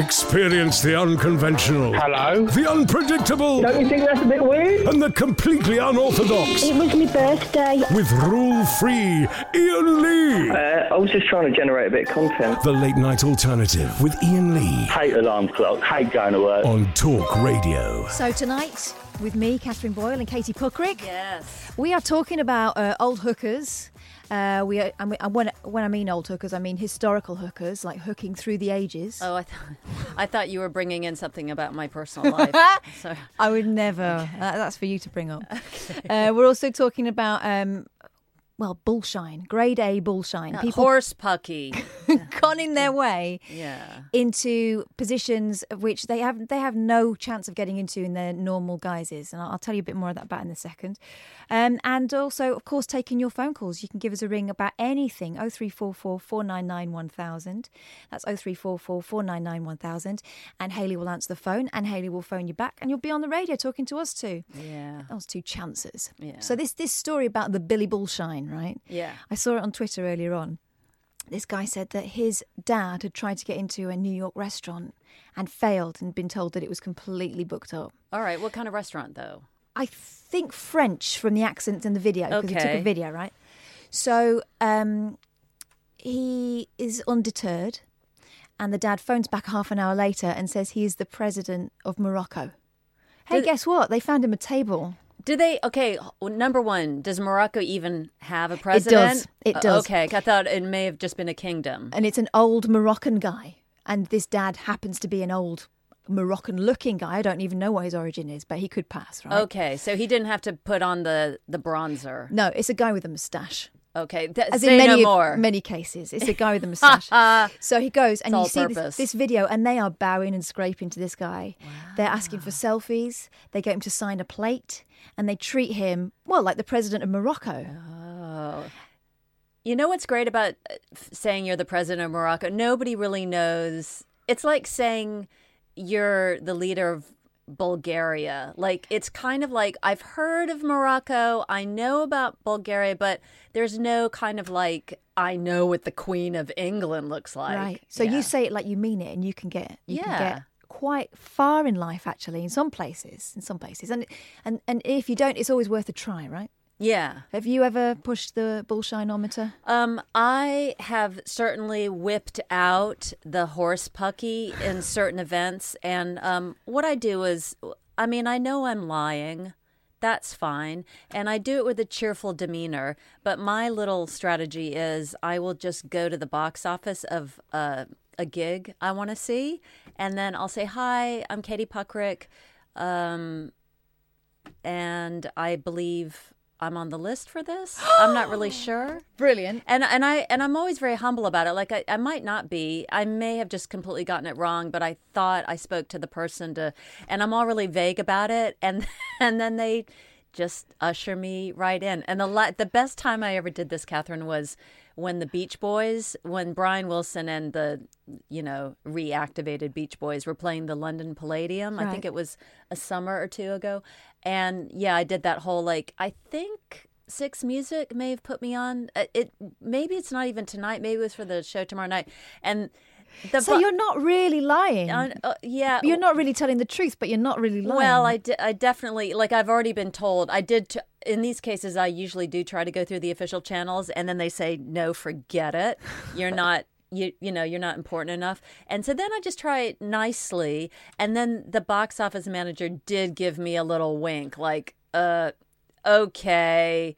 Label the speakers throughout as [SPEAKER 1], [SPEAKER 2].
[SPEAKER 1] Experience the unconventional.
[SPEAKER 2] Hello.
[SPEAKER 1] The unpredictable
[SPEAKER 3] Don't you think that's a bit weird?
[SPEAKER 1] and the completely unorthodox.
[SPEAKER 4] It was my birthday.
[SPEAKER 1] With rule free Ian Lee.
[SPEAKER 3] Uh, I was just trying to generate a bit of content.
[SPEAKER 1] The late night alternative with Ian Lee
[SPEAKER 2] Hate alarm clock. Hate going to work.
[SPEAKER 1] on Talk Radio.
[SPEAKER 5] So tonight, with me, Catherine Boyle and Katie Puckrick,
[SPEAKER 6] Yes.
[SPEAKER 5] we are talking about uh, old hookers. Uh, we are, and we, and when, when I mean old hookers, I mean historical hookers, like hooking through the ages.
[SPEAKER 6] Oh, I thought I thought you were bringing in something about my personal life. Uh, So
[SPEAKER 5] I would never. That- that's for you to bring up. Uh, we're also talking about, um, well, bullshine, grade A bullshine. People
[SPEAKER 6] horse pucky.
[SPEAKER 5] conning their way
[SPEAKER 6] Yeah.
[SPEAKER 5] into positions of which they have they have no chance of getting into in their normal guises. And I'll, I'll tell you a bit more of that about in a second. Um, and also, of course, taking your phone calls. You can give us a ring about anything. 0344 499 1000. That's 0344 499 1000. And Haley will answer the phone and Haley will phone you back and you'll be on the radio talking to us too.
[SPEAKER 6] Yeah.
[SPEAKER 5] That was two chances.
[SPEAKER 6] Yeah.
[SPEAKER 5] So this this story about the Billy Bullshine, right?
[SPEAKER 6] Yeah.
[SPEAKER 5] I saw it on Twitter earlier on. This guy said that his dad had tried to get into a New York restaurant and failed and been told that it was completely booked up.
[SPEAKER 6] All right. What kind of restaurant though?
[SPEAKER 5] I think French from the accents in the video because he took a
[SPEAKER 6] Okay.
[SPEAKER 5] video, right? So um, he is undeterred, and the dad phones back half an hour later and says he is the president of Morocco. Hey,
[SPEAKER 6] Did-
[SPEAKER 5] guess what? They found him a table.
[SPEAKER 6] Do they? Okay. well, Number one, does Morocco even have a president?
[SPEAKER 5] It
[SPEAKER 6] Uh,
[SPEAKER 5] does.
[SPEAKER 6] Okay. I thought it may have just been a kingdom.
[SPEAKER 5] and it's an old Moroccan guy, and this dad happens to be an old Moroccan-looking guy. I don't even know what his origin is, but he could pass, right?
[SPEAKER 6] Okay. So he didn't have to put on the the bronzer.
[SPEAKER 5] No, it's a guy with a moustache.
[SPEAKER 6] Okay. Th-
[SPEAKER 5] As
[SPEAKER 6] say
[SPEAKER 5] in many
[SPEAKER 6] no more.
[SPEAKER 5] many cases, it's a guy with a moustache. so he goes and
[SPEAKER 6] It's
[SPEAKER 5] you see
[SPEAKER 6] all
[SPEAKER 5] this,
[SPEAKER 6] purpose.
[SPEAKER 5] this video, and they are bowing and scraping to this guy. They're asking for selfies. They get him to sign a plate, and they treat him well like the president of Morocco.
[SPEAKER 6] You know what's great about uh, f- saying you're the president of Morocco? Nobody really knows. It's like saying you're the leader of Bulgaria. Like, it's kind of like I've heard of Morocco, I know about Bulgaria, but there's no kind of like I know what the Queen of England looks like.
[SPEAKER 5] Right. So
[SPEAKER 6] Yeah.
[SPEAKER 5] you say it like you mean it, and you can get you can
[SPEAKER 6] Yeah.
[SPEAKER 5] get quite far in life actually in some places in some places and and and if you don't it's always worth a try right
[SPEAKER 6] Yeah.
[SPEAKER 5] have you ever pushed the bullshinometer
[SPEAKER 6] Um, I have certainly whipped out the horse pucky in certain events, and um, what I do is, I mean, I know I'm lying. That's fine. And I do it with a cheerful demeanor. But my little strategy is I will just go to the box office of uh, a gig I want to see. And then I'll say, Hi, I'm Katie Puckrick. Um, and I believe I'm on the list for this. I'm not really sure
[SPEAKER 5] brilliant
[SPEAKER 6] and and I and I'm always very humble about it. Like I, I might not be. I may have just completely gotten it wrong, but I thought I spoke to the person to and I'm all really vague about it and and then they just usher me right in. And the la- the best time I ever did this, Catherine, was when the Beach Boys, when Brian Wilson and the you know reactivated Beach Boys were playing the London Palladium. I
[SPEAKER 5] Right.
[SPEAKER 6] think it was a summer or two ago, and yeah, I did that whole like I think Six Music may have put me on. uh, It maybe it's not even tonight. Maybe it was for the show tomorrow night, and the
[SPEAKER 5] so
[SPEAKER 6] vi-
[SPEAKER 5] you're not really lying
[SPEAKER 6] uh, uh, yeah
[SPEAKER 5] you're not really telling the truth but you're not really lying
[SPEAKER 6] well, I, de- I definitely like I've already been told. I did t- in these cases. I usually do try to go through the official channels, and then they say no, forget it. You're not. You, you know you're not important enough and so then i just try it nicely and then the box office manager did give me a little wink like uh okay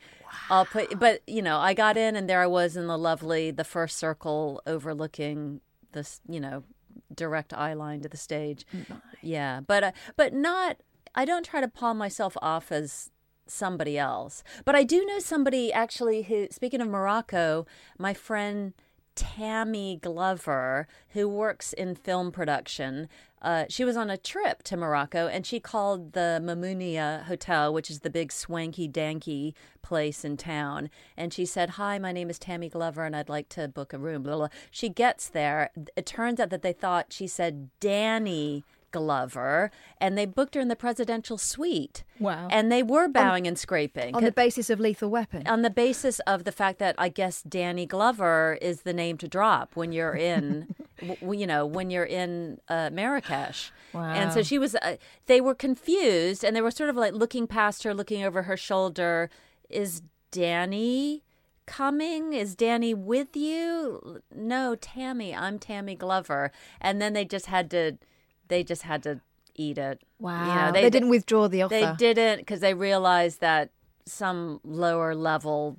[SPEAKER 6] i'll put but you know i got in and there i was in the lovely the first circle overlooking this you know direct eye line to the stage yeah but uh, but not i don't try to palm myself off as somebody else but i do know somebody actually who speaking of morocco my friend tammy glover who works in film production uh, she was on a trip to morocco and she called the mamunia hotel which is the big swanky danky place in town and she said hi my name is tammy glover and i'd like to book a room blah, blah. blah." she gets there it turns out that they thought she said danny Glover, and they booked her in the presidential suite.
[SPEAKER 5] Wow.
[SPEAKER 6] And they were bowing and scraping
[SPEAKER 5] on the basis of Lethal Weapon.
[SPEAKER 6] on the basis of the fact that I guess Danny Glover is the name to drop when you're in, w- you know, when you're in uh, Marrakesh. And so
[SPEAKER 5] Wow.
[SPEAKER 6] she was. Uh, they were confused, and they were sort of like looking past her, looking over her shoulder. Is Danny? Coming is Danny with you? No, Tammy. I'm Tammy Glover, and then they just had to, they just had to eat it. You know,
[SPEAKER 5] Wow. Ah. they, didn't withdraw the offer.
[SPEAKER 6] they didn't because they realized that some lower level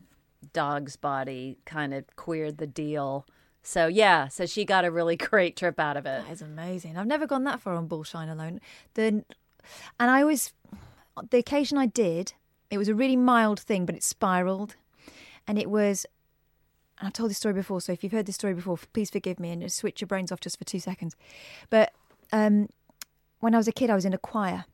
[SPEAKER 6] dog's body kind of queered the deal. So yeah, so she got a really great trip out of it.
[SPEAKER 5] That is amazing. I've never gone that far on bullshine alone. The, and I always, the occasion I did, it was a really mild thing, but it spiraled, and it was. And I've told this story before, so if you've heard this story before, please forgive me and just switch your brains off just for two seconds. But um, when I was a kid, I was in a choir.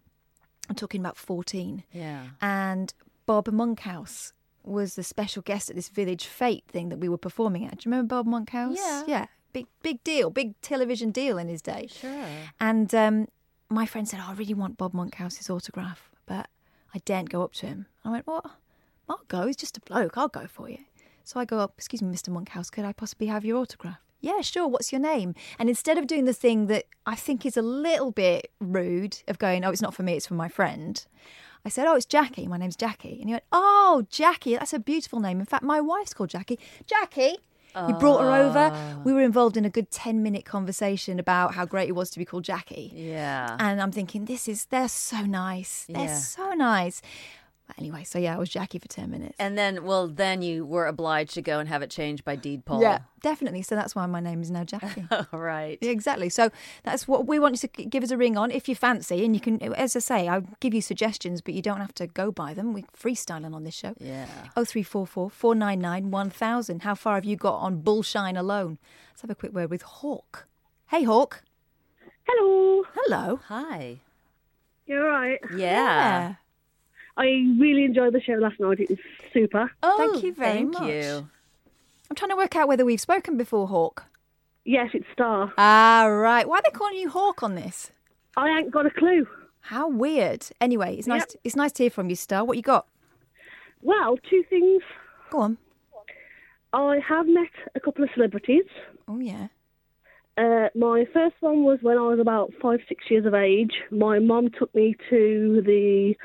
[SPEAKER 5] I'm talking about 14
[SPEAKER 6] Yeah.
[SPEAKER 5] and Bob Monkhouse was the special guest at this village fete thing that we were performing at. Do you remember Bob Monkhouse?
[SPEAKER 6] Yeah.
[SPEAKER 5] Yeah. Big big deal, big television deal in his day.
[SPEAKER 6] Sure.
[SPEAKER 5] And um, my friend said, oh, I really want Bob Monkhouse's autograph, but I daren't go up to him. I went, What? I'll go. He's just a bloke. I'll go for you. So I go up, Excuse me, Mr. Monkhouse, could I possibly have your autograph? Yeah, sure. What's your name? And instead of doing the thing that I think is a little bit rude of going, Oh, it's not for me, it's for my friend, I said, Oh, it's Jackie. My name's Jackie. And he went, Oh, Jackie, that's a beautiful name. In fact, my wife's called Jackie. Jackie! He brought her over. We were involved in a good 10 minute conversation about how great it was to be called Jackie.
[SPEAKER 6] Yeah.
[SPEAKER 5] And I'm thinking, this is, they're so nice. They're
[SPEAKER 6] Yeah.
[SPEAKER 5] so nice. But anyway, so yeah, I was Jackie for 10 minutes.
[SPEAKER 6] And then, well, then you were obliged to go and have it changed by deed poll.
[SPEAKER 5] yeah, definitely. So that's why my name is now Jackie.
[SPEAKER 6] All right.
[SPEAKER 5] Yeah, exactly. So that's what we want you to give us a ring on if you fancy. And you can, as I say, I'll give you suggestions, but you don't have to go by them. We're freestyling on this show.
[SPEAKER 6] Yeah.
[SPEAKER 5] 0344 499 1000. How far have you got on bullshine alone? Let's have a quick word with Hawk. Hey, Hawk.
[SPEAKER 4] Hello.
[SPEAKER 5] Hello.
[SPEAKER 6] Hi.
[SPEAKER 4] You're right.
[SPEAKER 6] Yeah.
[SPEAKER 5] Yeah.
[SPEAKER 4] I really enjoyed the show last night. It was super.
[SPEAKER 6] Oh,
[SPEAKER 5] Thank you very
[SPEAKER 6] thank
[SPEAKER 5] much.
[SPEAKER 6] you.
[SPEAKER 5] I'm trying to work out whether we've spoken before, Hawk.
[SPEAKER 4] Yes, it's Star.
[SPEAKER 5] Ah, right. Why are they calling you Hawk on this?
[SPEAKER 4] I ain't got a clue.
[SPEAKER 5] How weird. Anyway, it's nice.
[SPEAKER 4] Yep.
[SPEAKER 5] It's nice to hear from you, Star. What you got?
[SPEAKER 4] Well, two things.
[SPEAKER 5] Go on.
[SPEAKER 4] I have met a couple of celebrities.
[SPEAKER 5] Oh yeah.
[SPEAKER 4] Uh, my first one was when I was about five, six years of age. My mum took me to the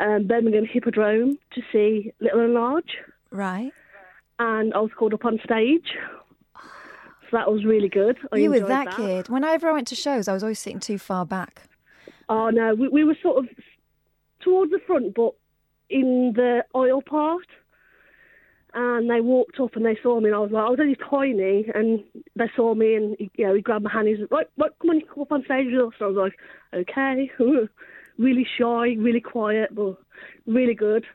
[SPEAKER 4] um, Birmingham Hippodrome to see Little and Large,
[SPEAKER 5] Right.
[SPEAKER 4] and I was called up on stage. So that was really good. I
[SPEAKER 5] Oh, you were
[SPEAKER 4] enjoyed
[SPEAKER 5] that, kid. Whenever I went to shows, I was always sitting too far back.
[SPEAKER 4] Oh no, we, we were sort of towards the front, but in the oil part. And they walked up and they saw me, and I was like, "Oh, I was only tiny, and they saw me, and he, you know, he grabbed my hand, he's like, right, right, come on, you come up on stage with us. And I was like, okay, really shy, really quiet, but really good.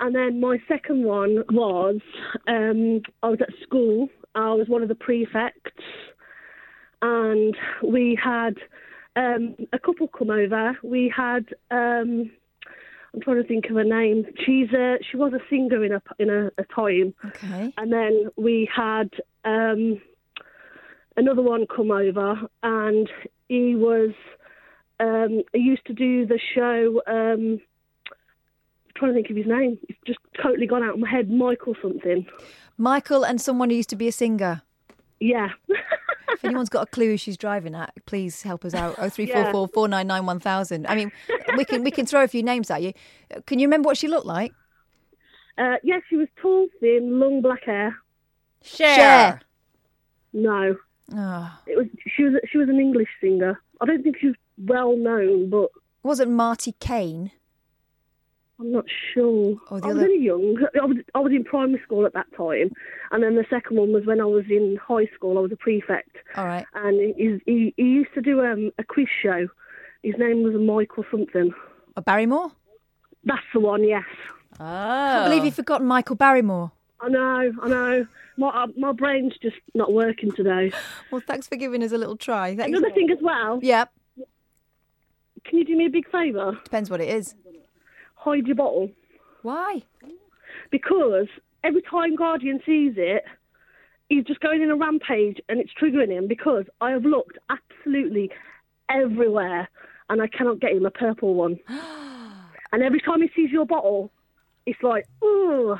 [SPEAKER 4] And then my second one was um, I was at school, I was one of the prefects, and we had um, a couple come over. We had um, I'm trying to think of her name. She's a she was a singer in a in a, a time,
[SPEAKER 5] Okay.
[SPEAKER 4] and then we had um, another one come over, and he was um, he used to do the show. Um, I'm trying to think of his name. It's just totally gone out of my head. Michael something.
[SPEAKER 5] Michael and someone who used to be a singer.
[SPEAKER 4] Yeah.
[SPEAKER 5] If anyone's got a clue who she's driving at, please help us out. Oh three four four four nine nine one thousand. I mean, we can we can throw a few names at you. Can you remember what she looked like?
[SPEAKER 4] Uh, yeah, she was tall, thin, long black hair.
[SPEAKER 6] Share.
[SPEAKER 5] Cher.
[SPEAKER 4] No,
[SPEAKER 5] Oh.
[SPEAKER 4] It was she was she was an English singer. I don't think she's well known, but
[SPEAKER 5] Wasn't Marty Kane?
[SPEAKER 4] I'm not sure.
[SPEAKER 5] Oh, the
[SPEAKER 4] I was
[SPEAKER 5] other-
[SPEAKER 4] really young. I was I was in primary school at that time, and then the second one was when I was in high school. I was a prefect,
[SPEAKER 5] All right.
[SPEAKER 4] and he he, he used to do um, a quiz show. His name was Michael something.
[SPEAKER 5] Or Barrymore?
[SPEAKER 4] That's the one. Yes.
[SPEAKER 6] Oh.
[SPEAKER 5] I believe you've forgotten Michael Barrymore.
[SPEAKER 4] I know, I know. My uh, my brain's just not working today.
[SPEAKER 5] Well, thanks for giving us a little try. Thanks.
[SPEAKER 4] Another thing as well.
[SPEAKER 5] Yep.
[SPEAKER 4] Can you do me a big favour?
[SPEAKER 5] Depends what it is.
[SPEAKER 4] Hide your bottle.
[SPEAKER 5] Why?
[SPEAKER 4] because every time Guardian sees it, he's just going in a rampage and it's triggering him because I have looked absolutely everywhere, and I cannot get him a purple one. and every time he sees your bottle, it's like, ooh,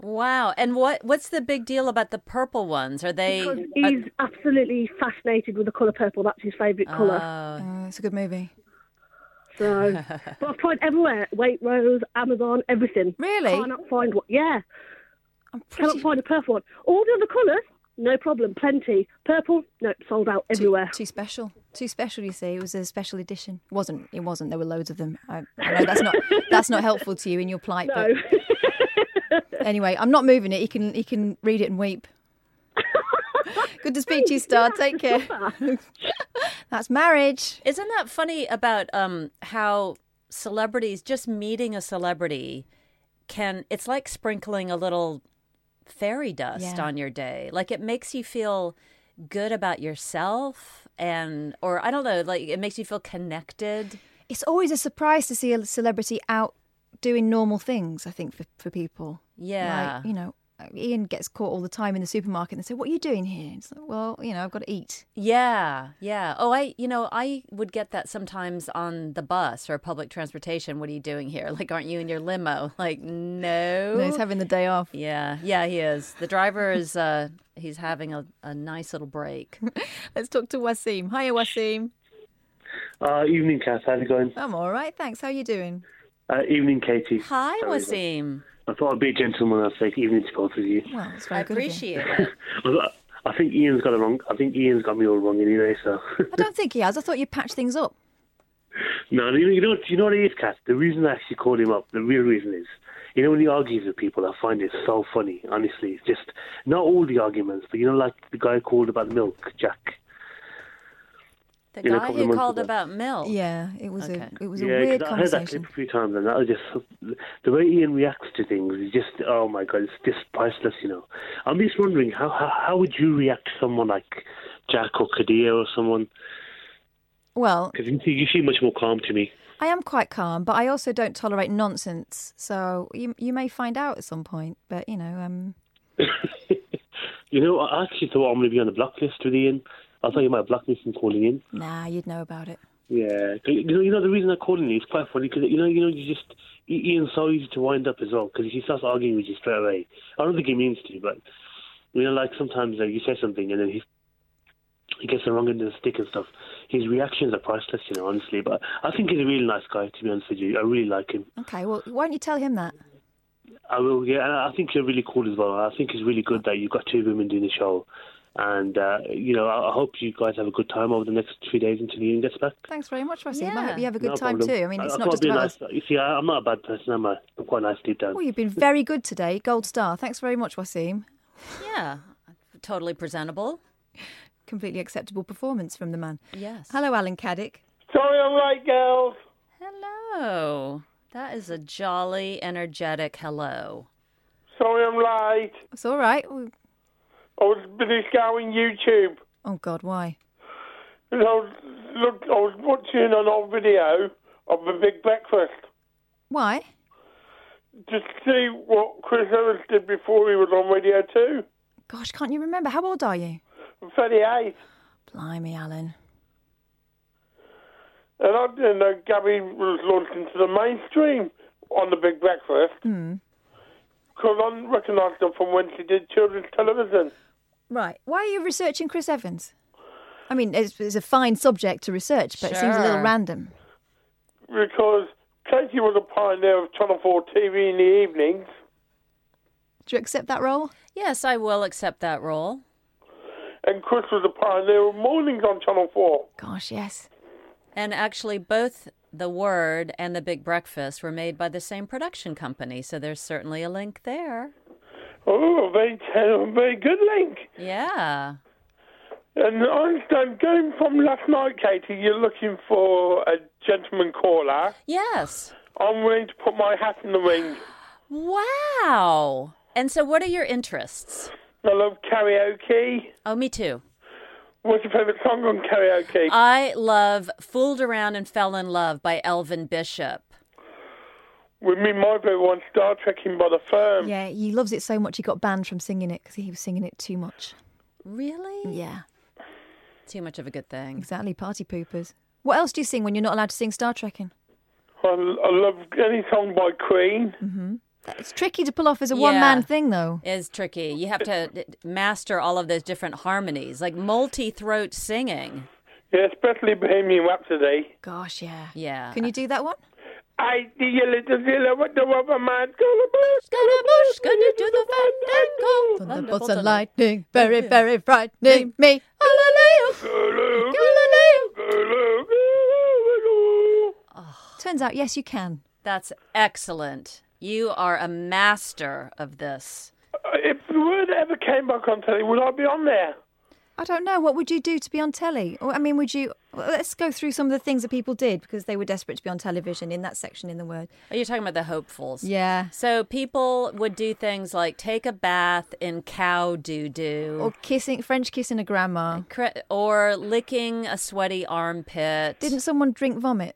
[SPEAKER 6] Wow. And what what's the big deal about the purple ones? Are they?
[SPEAKER 4] because
[SPEAKER 6] are-
[SPEAKER 4] he's absolutely fascinated with the colour purple. That's his favourite colour.
[SPEAKER 6] Oh,
[SPEAKER 5] Uh, it's a good movie.
[SPEAKER 4] So, but I've tried everywhere: Waitrose, Amazon, everything.
[SPEAKER 5] Really?
[SPEAKER 4] Cannot find one. Yeah,
[SPEAKER 5] I'm
[SPEAKER 4] cannot
[SPEAKER 5] pretty
[SPEAKER 4] find a purple one. All the other colours, no problem, plenty. Purple, nope, sold out
[SPEAKER 5] too,
[SPEAKER 4] everywhere.
[SPEAKER 5] too special. Too special, you see. It was a special edition. It wasn't. It wasn't. There were loads of them. I, I know that's not that's not helpful to you in your plight.
[SPEAKER 4] No.
[SPEAKER 5] But anyway, I'm not moving it. He can he can read it and weep. Good to speak to you, Star. Take care. that's marriage.
[SPEAKER 6] Isn't that funny about um, how celebrities just meeting a celebrity can? It's like sprinkling a little fairy dust
[SPEAKER 5] Yeah.
[SPEAKER 6] on your day. Like it makes you feel good about yourself, and or I don't know, like it makes you feel connected.
[SPEAKER 5] It's always a surprise to see a celebrity out doing normal things. I think for for people.
[SPEAKER 6] Yeah.
[SPEAKER 5] Like, you know, Ian gets caught all the time in the supermarket and they say, What are you doing here? It's like, Well, you know, I've got to eat.
[SPEAKER 6] Yeah, yeah. Oh, I, you know, I would get that sometimes on the bus or public transportation. What are you doing here? Like, aren't you in your limo? Like, no.
[SPEAKER 5] No, he's having the day off.
[SPEAKER 6] yeah, yeah, he is. The driver is, uh, he's having a, a nice little break.
[SPEAKER 5] Let's talk to Wasim. Hiya, Wasim.
[SPEAKER 2] Uh, evening, Kath. How's it going?
[SPEAKER 5] I'm all right, thanks. How are you doing?
[SPEAKER 2] Uh, evening, Katie.
[SPEAKER 6] Hi,
[SPEAKER 2] How are you?
[SPEAKER 6] Wasim.
[SPEAKER 2] I thought I'd be a gentleman and say evening to both of you.
[SPEAKER 5] Well, it's
[SPEAKER 6] I
[SPEAKER 5] very good. of you.
[SPEAKER 6] appreciate it.
[SPEAKER 2] I- I think Ian's got it wrong. I think Ian's got me all wrong anyway. So
[SPEAKER 5] I don't think he has. I thought you patched things up.
[SPEAKER 2] no, you you know, you know what it is, Kath. The reason I actually called him up, the real reason is, you know, when he argues with people, I find it so funny. Honestly, it's just not all the arguments, but you know, like the guy called about milk, Jack.
[SPEAKER 6] The
[SPEAKER 2] Yeah, a
[SPEAKER 6] guy
[SPEAKER 2] couple of
[SPEAKER 6] who
[SPEAKER 2] months
[SPEAKER 6] called
[SPEAKER 2] ago.
[SPEAKER 6] about milk.
[SPEAKER 5] Yeah, it was
[SPEAKER 6] Okay.
[SPEAKER 5] a it was a
[SPEAKER 2] Yeah, 'cause
[SPEAKER 5] weird
[SPEAKER 2] I heard that
[SPEAKER 5] conversation.
[SPEAKER 2] clip a few times, and that was just the way Ian reacts to things is just oh my god, it's just priceless, you know. I'm just wondering how how, how would you react to someone like Jack or Kadir or someone
[SPEAKER 5] Well,
[SPEAKER 2] because you, you seem much more calm to me.
[SPEAKER 5] I am quite calm, but I also don't tolerate nonsense. So you you may find out at some point, but you know, um,
[SPEAKER 2] You know, I actually thought I'm going to be on the block list with Ian. I thought you might block me from calling in.
[SPEAKER 5] nah, you'd know about it.
[SPEAKER 2] Yeah, 'Cause, you know, you know the reason I called in is quite funny because you know, you know, you just I- Ian's so easy to wind up as well because he starts arguing with you straight away. I don't think he means to, but you know, like sometimes like, you say something and then he he gets the wrong end of the stick and stuff. His reactions are priceless, you know, honestly. But I think he's a really nice guy, to be honest with you. I really like him.
[SPEAKER 5] Okay, well, why don't you tell him that?
[SPEAKER 2] I will, yeah, and I think you're really cool as well. I think it's really good that you've got two women doing the show. And, uh, you know, I I hope you guys have a good time over the next few days until Ian gets back.
[SPEAKER 5] Thanks very much, Wasim. I
[SPEAKER 6] Yeah.
[SPEAKER 5] hope you have a good
[SPEAKER 2] No
[SPEAKER 5] time
[SPEAKER 2] problem.
[SPEAKER 5] too. I mean, it's
[SPEAKER 2] I've
[SPEAKER 5] not
[SPEAKER 2] got
[SPEAKER 5] just
[SPEAKER 2] to be
[SPEAKER 5] about us.
[SPEAKER 2] nice. You see, I, I'm not a bad person, am I? I'm quite nice deep down.
[SPEAKER 5] Well, you've been very good today. Gold star. Thanks very much, Wasim.
[SPEAKER 6] Yeah. Totally presentable.
[SPEAKER 5] Completely acceptable performance from the man.
[SPEAKER 6] Yes.
[SPEAKER 5] Hello, Alan Caddick.
[SPEAKER 7] Sorry, I'm late, girls.
[SPEAKER 6] Hello. That is a jolly, energetic hello.
[SPEAKER 7] Sorry, I'm late.
[SPEAKER 5] It's all right. Oh, We-
[SPEAKER 7] I was busy scouring YouTube.
[SPEAKER 5] Oh God, why?
[SPEAKER 7] And I was, look, I was watching an old video of the Big Breakfast
[SPEAKER 5] Why?
[SPEAKER 7] to see what Chris Evans did before he was on Radio 2.
[SPEAKER 5] Gosh, can't you remember? How old are you?
[SPEAKER 7] I'm 38.
[SPEAKER 5] Blimey, Alan.
[SPEAKER 7] And I didn't know Gabby was launched into the mainstream on the Big Breakfast. Because I recognised her from when she did children's television.
[SPEAKER 5] Right. Why are you researching Chris Evans? I mean, it's, it's a fine subject to research, but it seems a little
[SPEAKER 6] Sure.
[SPEAKER 5] random.
[SPEAKER 7] Because Katie was a pioneer of Channel 4 TV in the evenings.
[SPEAKER 5] Do you accept that role?
[SPEAKER 6] Yes, I will accept that role.
[SPEAKER 7] and Chris was a pioneer of mornings on Channel 4.
[SPEAKER 5] Gosh, yes.
[SPEAKER 6] And actually, both The Word and The Big Breakfast were made by the same production company, so there's certainly a link there.
[SPEAKER 7] Oh, a very, a very good link.
[SPEAKER 6] Yeah.
[SPEAKER 7] And I understand, going from last night, Katie, you're looking for a gentleman caller.
[SPEAKER 6] Yes.
[SPEAKER 7] I'm willing to put my hat in the ring.
[SPEAKER 6] Wow. And so, what are your interests?
[SPEAKER 7] I love karaoke.
[SPEAKER 6] Oh, me too.
[SPEAKER 7] What's your favourite song on karaoke?
[SPEAKER 6] I love Fooled Around and Fell in Love by Elvin Bishop.
[SPEAKER 7] With me, my favourite one, Star Trekking by the
[SPEAKER 6] Um,
[SPEAKER 7] Firm.
[SPEAKER 5] Yeah, he loves it
[SPEAKER 6] Mm.
[SPEAKER 5] so much he got banned from singing it because he was singing it too much.
[SPEAKER 6] Really?
[SPEAKER 5] Yeah.
[SPEAKER 6] Too much of a good thing.
[SPEAKER 5] Exactly, party poopers. What else do you sing when you're not allowed to sing Star Trek in?
[SPEAKER 8] I, I love any song by Queen.
[SPEAKER 5] It's tricky to pull off as a one man
[SPEAKER 6] Yeah.
[SPEAKER 5] thing, though.
[SPEAKER 6] Is tricky. You have to d- master all of those different harmonies, like multi throat singing.
[SPEAKER 8] Yeah, especially Bohemian Rhapsody.
[SPEAKER 5] Gosh, yeah.
[SPEAKER 6] Yeah.
[SPEAKER 5] Can you do that one?
[SPEAKER 8] I the little zilla with the rubber man. Scaramouche,
[SPEAKER 6] Scaramouche, gonna do the fandango.
[SPEAKER 5] Thunderbolts and lightning, very, very frightening me. Hallelujah.
[SPEAKER 8] Galileo,
[SPEAKER 5] Galileo.
[SPEAKER 8] Galileo, Galileo.
[SPEAKER 5] Turns out, yes, you can.
[SPEAKER 6] That's excellent. You are a master of this.
[SPEAKER 8] Uh, If the word ever came back on telly, would I be on there?
[SPEAKER 5] I don't know. What would you do to be on telly? Or, I mean, would you. well, Let's go through some of the things that people did because they were desperate to be on television in that section in the word.
[SPEAKER 6] Oh, you're talking about the hopefuls.
[SPEAKER 5] Yeah.
[SPEAKER 6] So people would do things like take a bath in cow doo
[SPEAKER 5] Or
[SPEAKER 6] doo,
[SPEAKER 5] kissing, French kissing a grandma.
[SPEAKER 6] or, or licking a sweaty armpit.
[SPEAKER 5] Didn't someone drink vomit?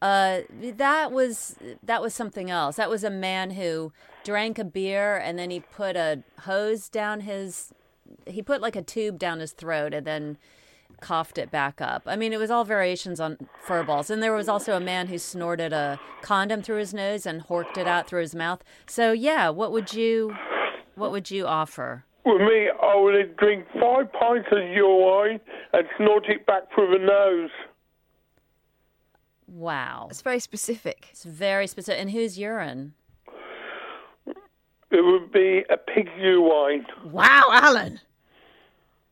[SPEAKER 6] Uh, that was that was something else. That was a man who drank a beer and then he put a hose down his, he put like a tube down his throat and then coughed it back up. I mean, it was all variations on fur balls. And there was also a man who snorted a condom through his nose and horked it out through his mouth. So yeah, what would you, what would you offer?
[SPEAKER 8] With me, I would drink five pints of urine and snort it back through the nose.
[SPEAKER 6] Wow,
[SPEAKER 5] It's very specific.
[SPEAKER 6] it's very specific. And whose urine?
[SPEAKER 8] It would be a pig's urine.
[SPEAKER 5] Wow, Alan.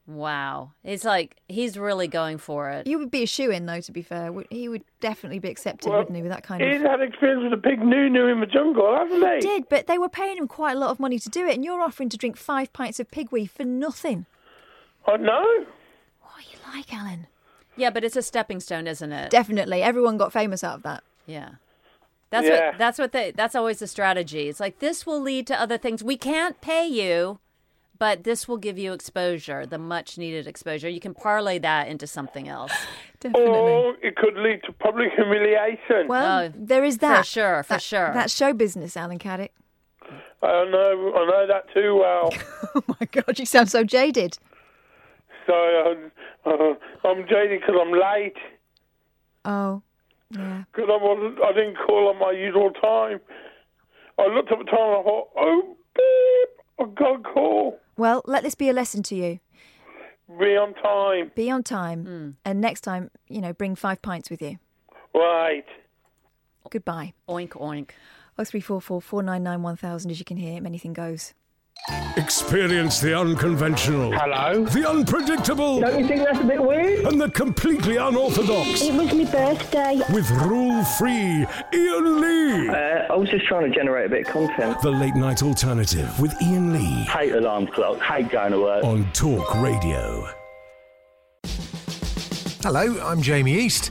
[SPEAKER 6] Wow, it's like he's really going for it.
[SPEAKER 5] You would be a shoe in, though, to be fair. Would- He would definitely be accepted, wouldn't he, with that kind
[SPEAKER 8] He's
[SPEAKER 5] of.
[SPEAKER 8] had experience with a pig noo-noo in the jungle, hasn't he?
[SPEAKER 5] Did, but they were paying him quite a lot of money to do it, and you're offering to drink five pints of pig wee for nothing.
[SPEAKER 8] I know.
[SPEAKER 5] What are you like, Alan?
[SPEAKER 6] Yeah, but it's a stepping stone, isn't it?
[SPEAKER 5] Definitely. Everyone got famous out of that.
[SPEAKER 6] Yeah. That's
[SPEAKER 8] Yeah.
[SPEAKER 6] what that's what they that's always the strategy. It's like this will lead to other things. We can't pay you, but this will give you exposure, the much needed exposure. You can parlay that into something else.
[SPEAKER 5] Definitely.
[SPEAKER 8] Or it could lead to public humiliation.
[SPEAKER 5] Well,
[SPEAKER 6] Oh,
[SPEAKER 5] there is that.
[SPEAKER 6] sure, for
[SPEAKER 5] That-
[SPEAKER 6] sure.
[SPEAKER 5] That's show business, Alan Caddick.
[SPEAKER 8] I know, I know that too well.
[SPEAKER 5] Oh my God, you sound so jaded.
[SPEAKER 8] so um, uh, I'm jaded because I'm late.
[SPEAKER 5] Oh, yeah.
[SPEAKER 8] Because I wasn't, I didn't call on my usual time. I looked at the time and I thought, oh beep, I got a call.
[SPEAKER 5] Well, let this be a lesson to you.
[SPEAKER 8] Be on time,
[SPEAKER 5] Be on time,
[SPEAKER 6] Hmm.
[SPEAKER 5] and next time, you know, bring five pints with you.
[SPEAKER 8] right?
[SPEAKER 5] Goodbye.
[SPEAKER 6] Oink oink.
[SPEAKER 5] Oh three four four four nine nine one thousand. As you can hear, anything goes.
[SPEAKER 1] Experience the unconventional. Hello. The unpredictable.
[SPEAKER 9] Don't you think that's a bit weird?
[SPEAKER 1] And the completely unorthodox.
[SPEAKER 4] It was my birthday.
[SPEAKER 1] With rule free Ian Lee.
[SPEAKER 9] Uh, I was just trying to generate a bit of content.
[SPEAKER 1] The late night alternative with Ian Lee
[SPEAKER 2] Hate alarm clocks. Hate going to work.
[SPEAKER 1] on Talk Radio.
[SPEAKER 10] Hello, I'm Jamie East.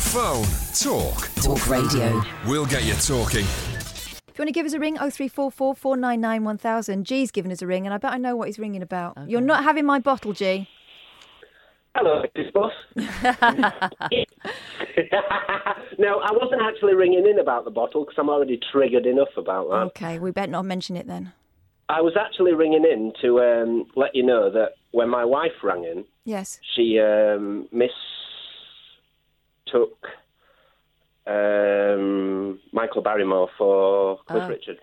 [SPEAKER 11] phone, talk. Talk radio. We'll get you talking.
[SPEAKER 5] If you want to give us a ring, oh three four four four nine nine one thousand. G's given us a ring, and I bet I know what he's ringing about. You're not having my bottle, G.
[SPEAKER 2] Hello, this is boss. no, I wasn't actually ringing in about the bottle because I'm already triggered enough about that.
[SPEAKER 5] Okay, we better not mention it then.
[SPEAKER 2] I was actually ringing in to um, let you know that when my wife rang in,
[SPEAKER 5] Yes.
[SPEAKER 2] she um, mistook
[SPEAKER 9] Mm,
[SPEAKER 2] um, Michael Barrymore for Cliff Richard.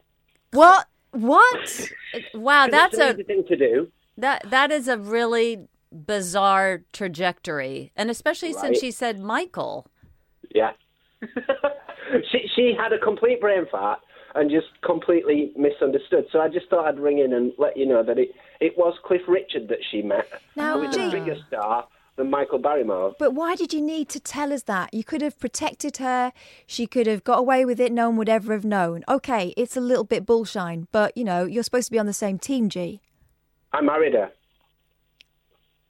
[SPEAKER 5] What? What?
[SPEAKER 6] Wow, that's
[SPEAKER 2] it's an
[SPEAKER 6] a
[SPEAKER 2] easy thing to do.
[SPEAKER 6] that that is a really bizarre trajectory. And especially since
[SPEAKER 2] Right.
[SPEAKER 6] she said Michael.
[SPEAKER 2] Yeah. she she had a complete brain fart and just completely misunderstood. So I just thought I'd ring in and let you know that it, it was Cliff Richard that she met,
[SPEAKER 5] Now,
[SPEAKER 2] who is
[SPEAKER 5] G.
[SPEAKER 2] a bigger star than Michael Barrymore.
[SPEAKER 5] But why did you need to tell us that? You could have protected her. She could have got away with it. No one would ever have known. Okay, it's a little bit bullshine, but you know, you're supposed to be on the same team, G.
[SPEAKER 2] I married her.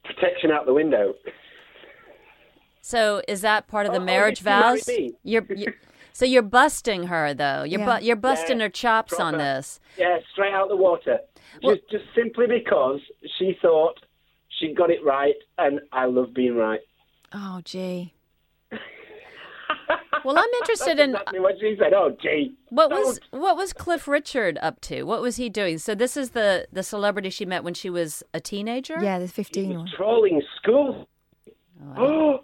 [SPEAKER 2] Protection out the window.
[SPEAKER 6] So is that part of the
[SPEAKER 9] Oh, oh,
[SPEAKER 6] marriage
[SPEAKER 9] you married
[SPEAKER 6] vows?
[SPEAKER 9] me.
[SPEAKER 6] You're, you so you're busting her though. You're
[SPEAKER 5] Yeah.
[SPEAKER 6] bu- you're busting
[SPEAKER 9] Yeah,
[SPEAKER 6] her chops on
[SPEAKER 9] proper.
[SPEAKER 6] this.
[SPEAKER 9] Yeah, straight out the water. Just,
[SPEAKER 6] Well-
[SPEAKER 9] just simply because she thought she got it right, and I love being right.
[SPEAKER 5] Oh, gee.
[SPEAKER 6] Well, I'm interested in uh,
[SPEAKER 9] Exactly what she said. Oh, gee.
[SPEAKER 6] what was what was Cliff Richard up to? What was he doing? So this is the the celebrity she met when she was a teenager.
[SPEAKER 5] Yeah, the 15 one.
[SPEAKER 9] Trolling school. Oh,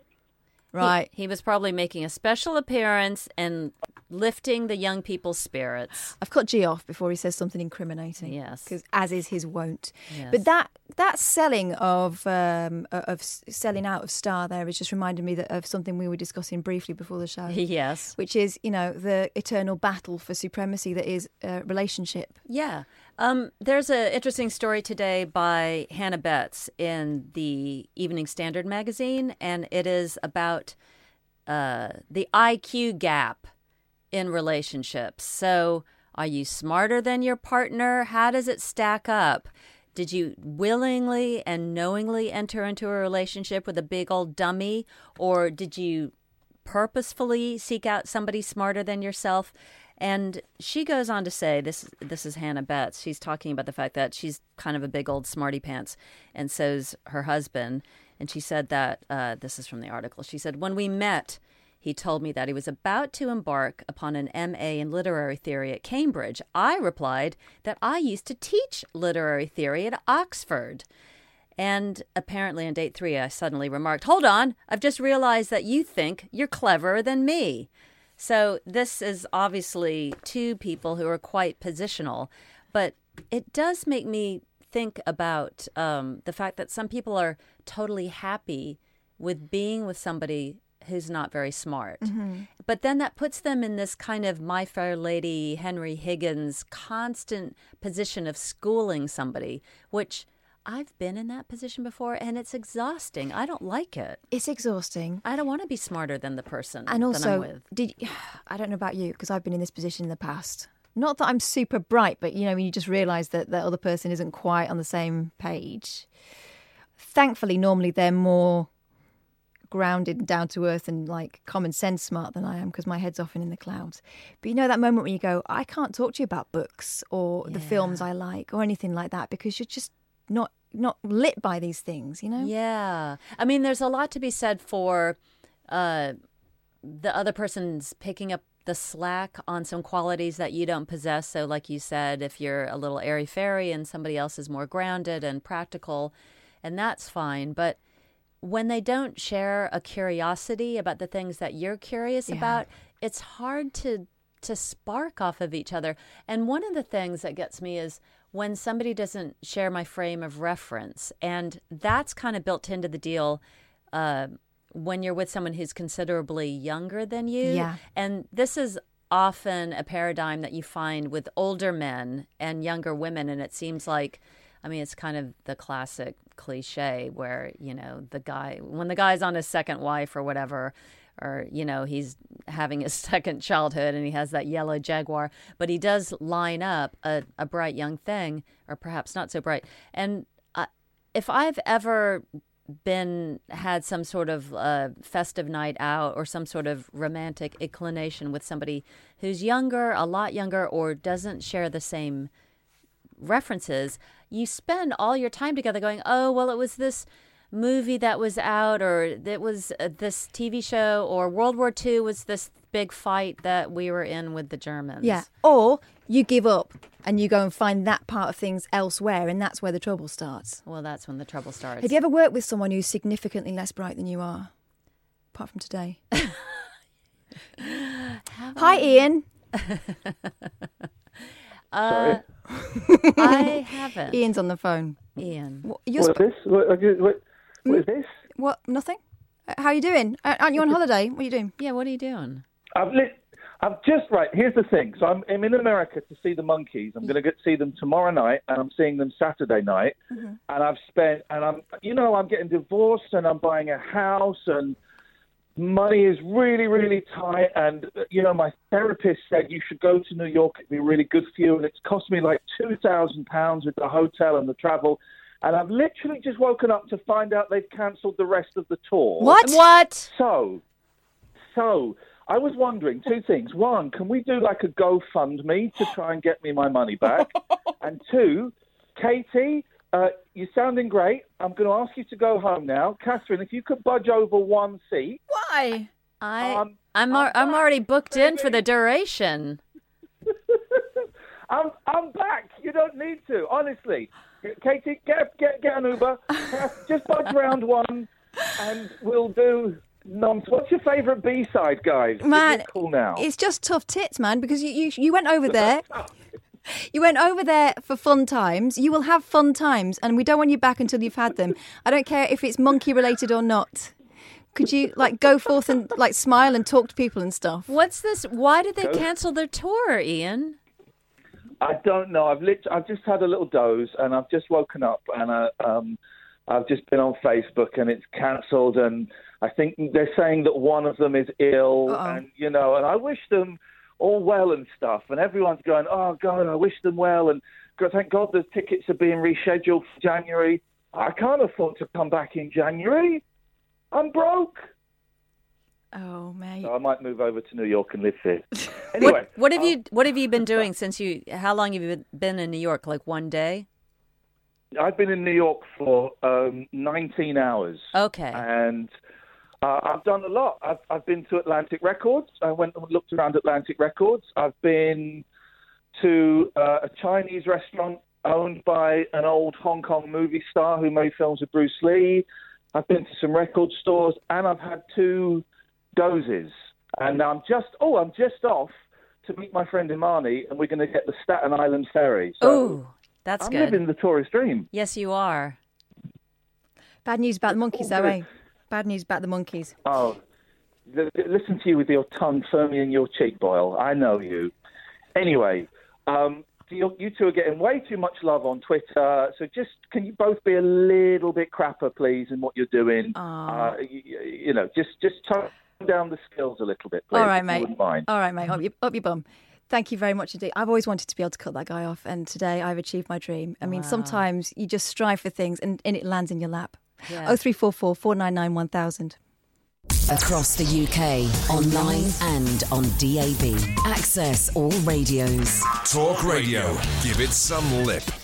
[SPEAKER 5] Right.
[SPEAKER 6] He was probably making a special appearance and lifting the young people's spirits.
[SPEAKER 5] I've cut G off before he says something incriminating.
[SPEAKER 6] Yes.
[SPEAKER 5] because as is his wont.
[SPEAKER 6] Yes.
[SPEAKER 5] But that that selling of um, o- of s- selling out of Star there has just reminded me that of something we were discussing briefly before the show.
[SPEAKER 6] Yes.
[SPEAKER 5] Which is, you know, the eternal battle for supremacy that is uh, relationship.
[SPEAKER 6] Yeah. Um, there's an interesting story today by Hannah Betts in the Evening Standard magazine, and it is about uh, the IQ gap in relationships. So, are you smarter than your partner? How does it stack up? Did you willingly and knowingly enter into a relationship with a big old dummy, or did you purposefully seek out somebody smarter than yourself. And she goes on to say this this is Hannah Betts. She's talking about the fact that she's kind of a big old smarty pants, and so's her husband. And she said that uh, this is from the article. She said, When we met, he told me that he was about to embark upon an MA in literary theory at Cambridge. I replied that I used to teach literary theory at Oxford. And apparently, on date three, I suddenly remarked, Hold on, I've just realized that you think you're cleverer than me. So, this is obviously two people who are quite positional, but it does make me think about um, the fact that some people are totally happy with being with somebody who's not very smart. But then that puts them in this kind of My Fair Lady, Henry Higgins constant position of schooling somebody, which I've been in that position before and it's exhausting. I don't like it.
[SPEAKER 5] It's exhausting.
[SPEAKER 6] I don't want to be smarter than the person
[SPEAKER 5] And
[SPEAKER 6] that I'm
[SPEAKER 5] also,
[SPEAKER 6] with.
[SPEAKER 5] did I don't know about you because I've been in this position in the past. Not that I'm super bright, but you know, when you just realise that the other person isn't quite on the same page. Thankfully, normally they're more grounded, and down to earth, and like common sense smart than I am because my head's often in the clouds. But you know that moment when you go, I can't talk to you about books or the films I like or anything like that because you're just not not lit by these things. You know,
[SPEAKER 6] Yeah. I mean, there's a lot to be said for uh, the other person's picking up the slack on some qualities that you don't possess. So, like you said, if you're a little airy fairy and somebody else is more grounded and practical, and that's fine. But when they don't share a curiosity about the things that you're curious about, it's hard to to spark off of each other. And one of the things that gets me is when somebody doesn't share my frame of reference, and that's kind of built into the deal. Uh, when you're with someone who's considerably younger than you,
[SPEAKER 5] Yeah.
[SPEAKER 6] and this is often a paradigm that you find with older men and younger women. And it seems like, I mean, it's kind of the classic cliche where, you know, the guy, when the guy's on his second wife or whatever, or, you know, he's having his second childhood and he has that yellow Jaguar, but he does line up a, a bright young thing, or perhaps not so bright. And uh, I, if I've ever been had some sort of uh, festive night out or some sort of romantic inclination with somebody who's younger, a lot younger, or doesn't share the same references, you spend all your time together going, oh, well, it was this movie that was out, or it was uh, this TV show, or World War II was this big fight that we were in with the Germans.
[SPEAKER 5] Yeah. Or you give up and you go and find that part of things elsewhere, and that's where the trouble starts.
[SPEAKER 6] Well, that's when the trouble starts.
[SPEAKER 5] Have you ever worked with someone who's significantly less bright than you are? Apart from today. Hi, Ian.
[SPEAKER 6] Uh, I haven't,
[SPEAKER 5] Ian's on the phone.
[SPEAKER 6] Ian.
[SPEAKER 5] What, you're
[SPEAKER 2] What
[SPEAKER 5] sp-
[SPEAKER 2] is this? What, what, what, what is this?
[SPEAKER 5] what? Nothing? Uh, How are you doing? Uh, Aren't you on holiday? What are you doing?
[SPEAKER 6] Yeah, what are you doing?
[SPEAKER 8] I've lit. I've just right. Here's the thing. So I'm, I'm in America to see the monkeys. I'm going to get see them tomorrow night, and I'm seeing them Saturday night. And I've spent, and I'm, you know, I'm getting divorced, and I'm buying a house, and money is really, really tight. And uh, you know, my therapist said you should go to New York. It'd be really good for you. And it's cost me like two thousand pounds with the hotel and the travel. And I've literally just woken up to find out they've cancelled the rest of the tour.
[SPEAKER 5] What? What?
[SPEAKER 8] So, so I was wondering two things. One, can we do like a GoFundMe to try and get me my money back? and two, Katie, uh, you're sounding great. I'm going to ask you to go home now. Catherine, if you could budge over one seat.
[SPEAKER 6] Why? I
[SPEAKER 8] Um,
[SPEAKER 6] I'm al- I'm already booked in for the duration.
[SPEAKER 8] I'm I'm back. You don't need to, honestly. Katie, get get get an Uber. Kath, Just budge round one, and we'll do nonsense. What's your favourite B side, guys? Give me a
[SPEAKER 5] Man,
[SPEAKER 8] call now.
[SPEAKER 5] It's just tough tits, man, because you, you, you went over there. You went over there for fun times. You will have fun times, and we don't want you back until you've had them. I don't care if it's monkey related or not. Could you like go forth and like smile and talk to people and stuff?
[SPEAKER 6] What's this? Why did they
[SPEAKER 8] Go.
[SPEAKER 6] cancel their tour, Ian?
[SPEAKER 8] I don't know. I've lit- I've just had a little doze, and I've just woken up, and I, um, I've just been on Facebook, and it's cancelled, and I think they're saying that one of them is ill,
[SPEAKER 5] Uh-oh.
[SPEAKER 8] and you know, and I wish them all well and stuff, and everyone's going, oh God, I wish them well, and God, thank God the tickets are being rescheduled for January. I can't afford to come back in January. I'm broke.
[SPEAKER 5] Oh mate,
[SPEAKER 8] So I might move over to New York and live here. Anyway,
[SPEAKER 6] What have you What have you been doing since you? How long have you been- been in New York? Like one day?
[SPEAKER 8] I've been in New York for um, 19 hours.
[SPEAKER 6] Okay.
[SPEAKER 8] And uh, I've done a lot. I've, I've been to Atlantic Records. I went and looked around Atlantic Records. I've been to uh, a Chinese restaurant owned by an old Hong Kong movie star who made films with Bruce Lee. I've been to some record stores, and I've had two doses. And I'm just oh, I'm just off to meet my friend Imani, and we're going to get the Staten Island ferry. So
[SPEAKER 6] Ooh, that's
[SPEAKER 8] I'm
[SPEAKER 6] good.
[SPEAKER 8] living the tourist dream.
[SPEAKER 6] Yes, you are.
[SPEAKER 5] bad news about the monkeys, though, eh?
[SPEAKER 8] good.
[SPEAKER 5] Bad news about the monkeys.
[SPEAKER 8] Oh, l- l- listen to you with your tongue firmly in your cheek, Boyle. I know you. Anyway, um, you, you two are getting way too much love on Twitter. So just can you both be a little bit crapper, please, in what you're doing? Uh, you, you know, just just tone down the skills a little bit, please.
[SPEAKER 5] All right,
[SPEAKER 8] if you
[SPEAKER 5] mate.
[SPEAKER 8] wouldn't mind.
[SPEAKER 5] All right, mate. Up your, up your bum. Thank you very much indeed. I've always wanted to be able to cut that guy off, and today I've achieved my dream. I mean, sometimes you just strive for things and, and it lands in your lap.
[SPEAKER 6] Yeah.
[SPEAKER 5] Oh three four four four nine nine one thousand.
[SPEAKER 12] Across the UK, online and on DAB. Access all radios.
[SPEAKER 13] Talk Radio. Give it some lip.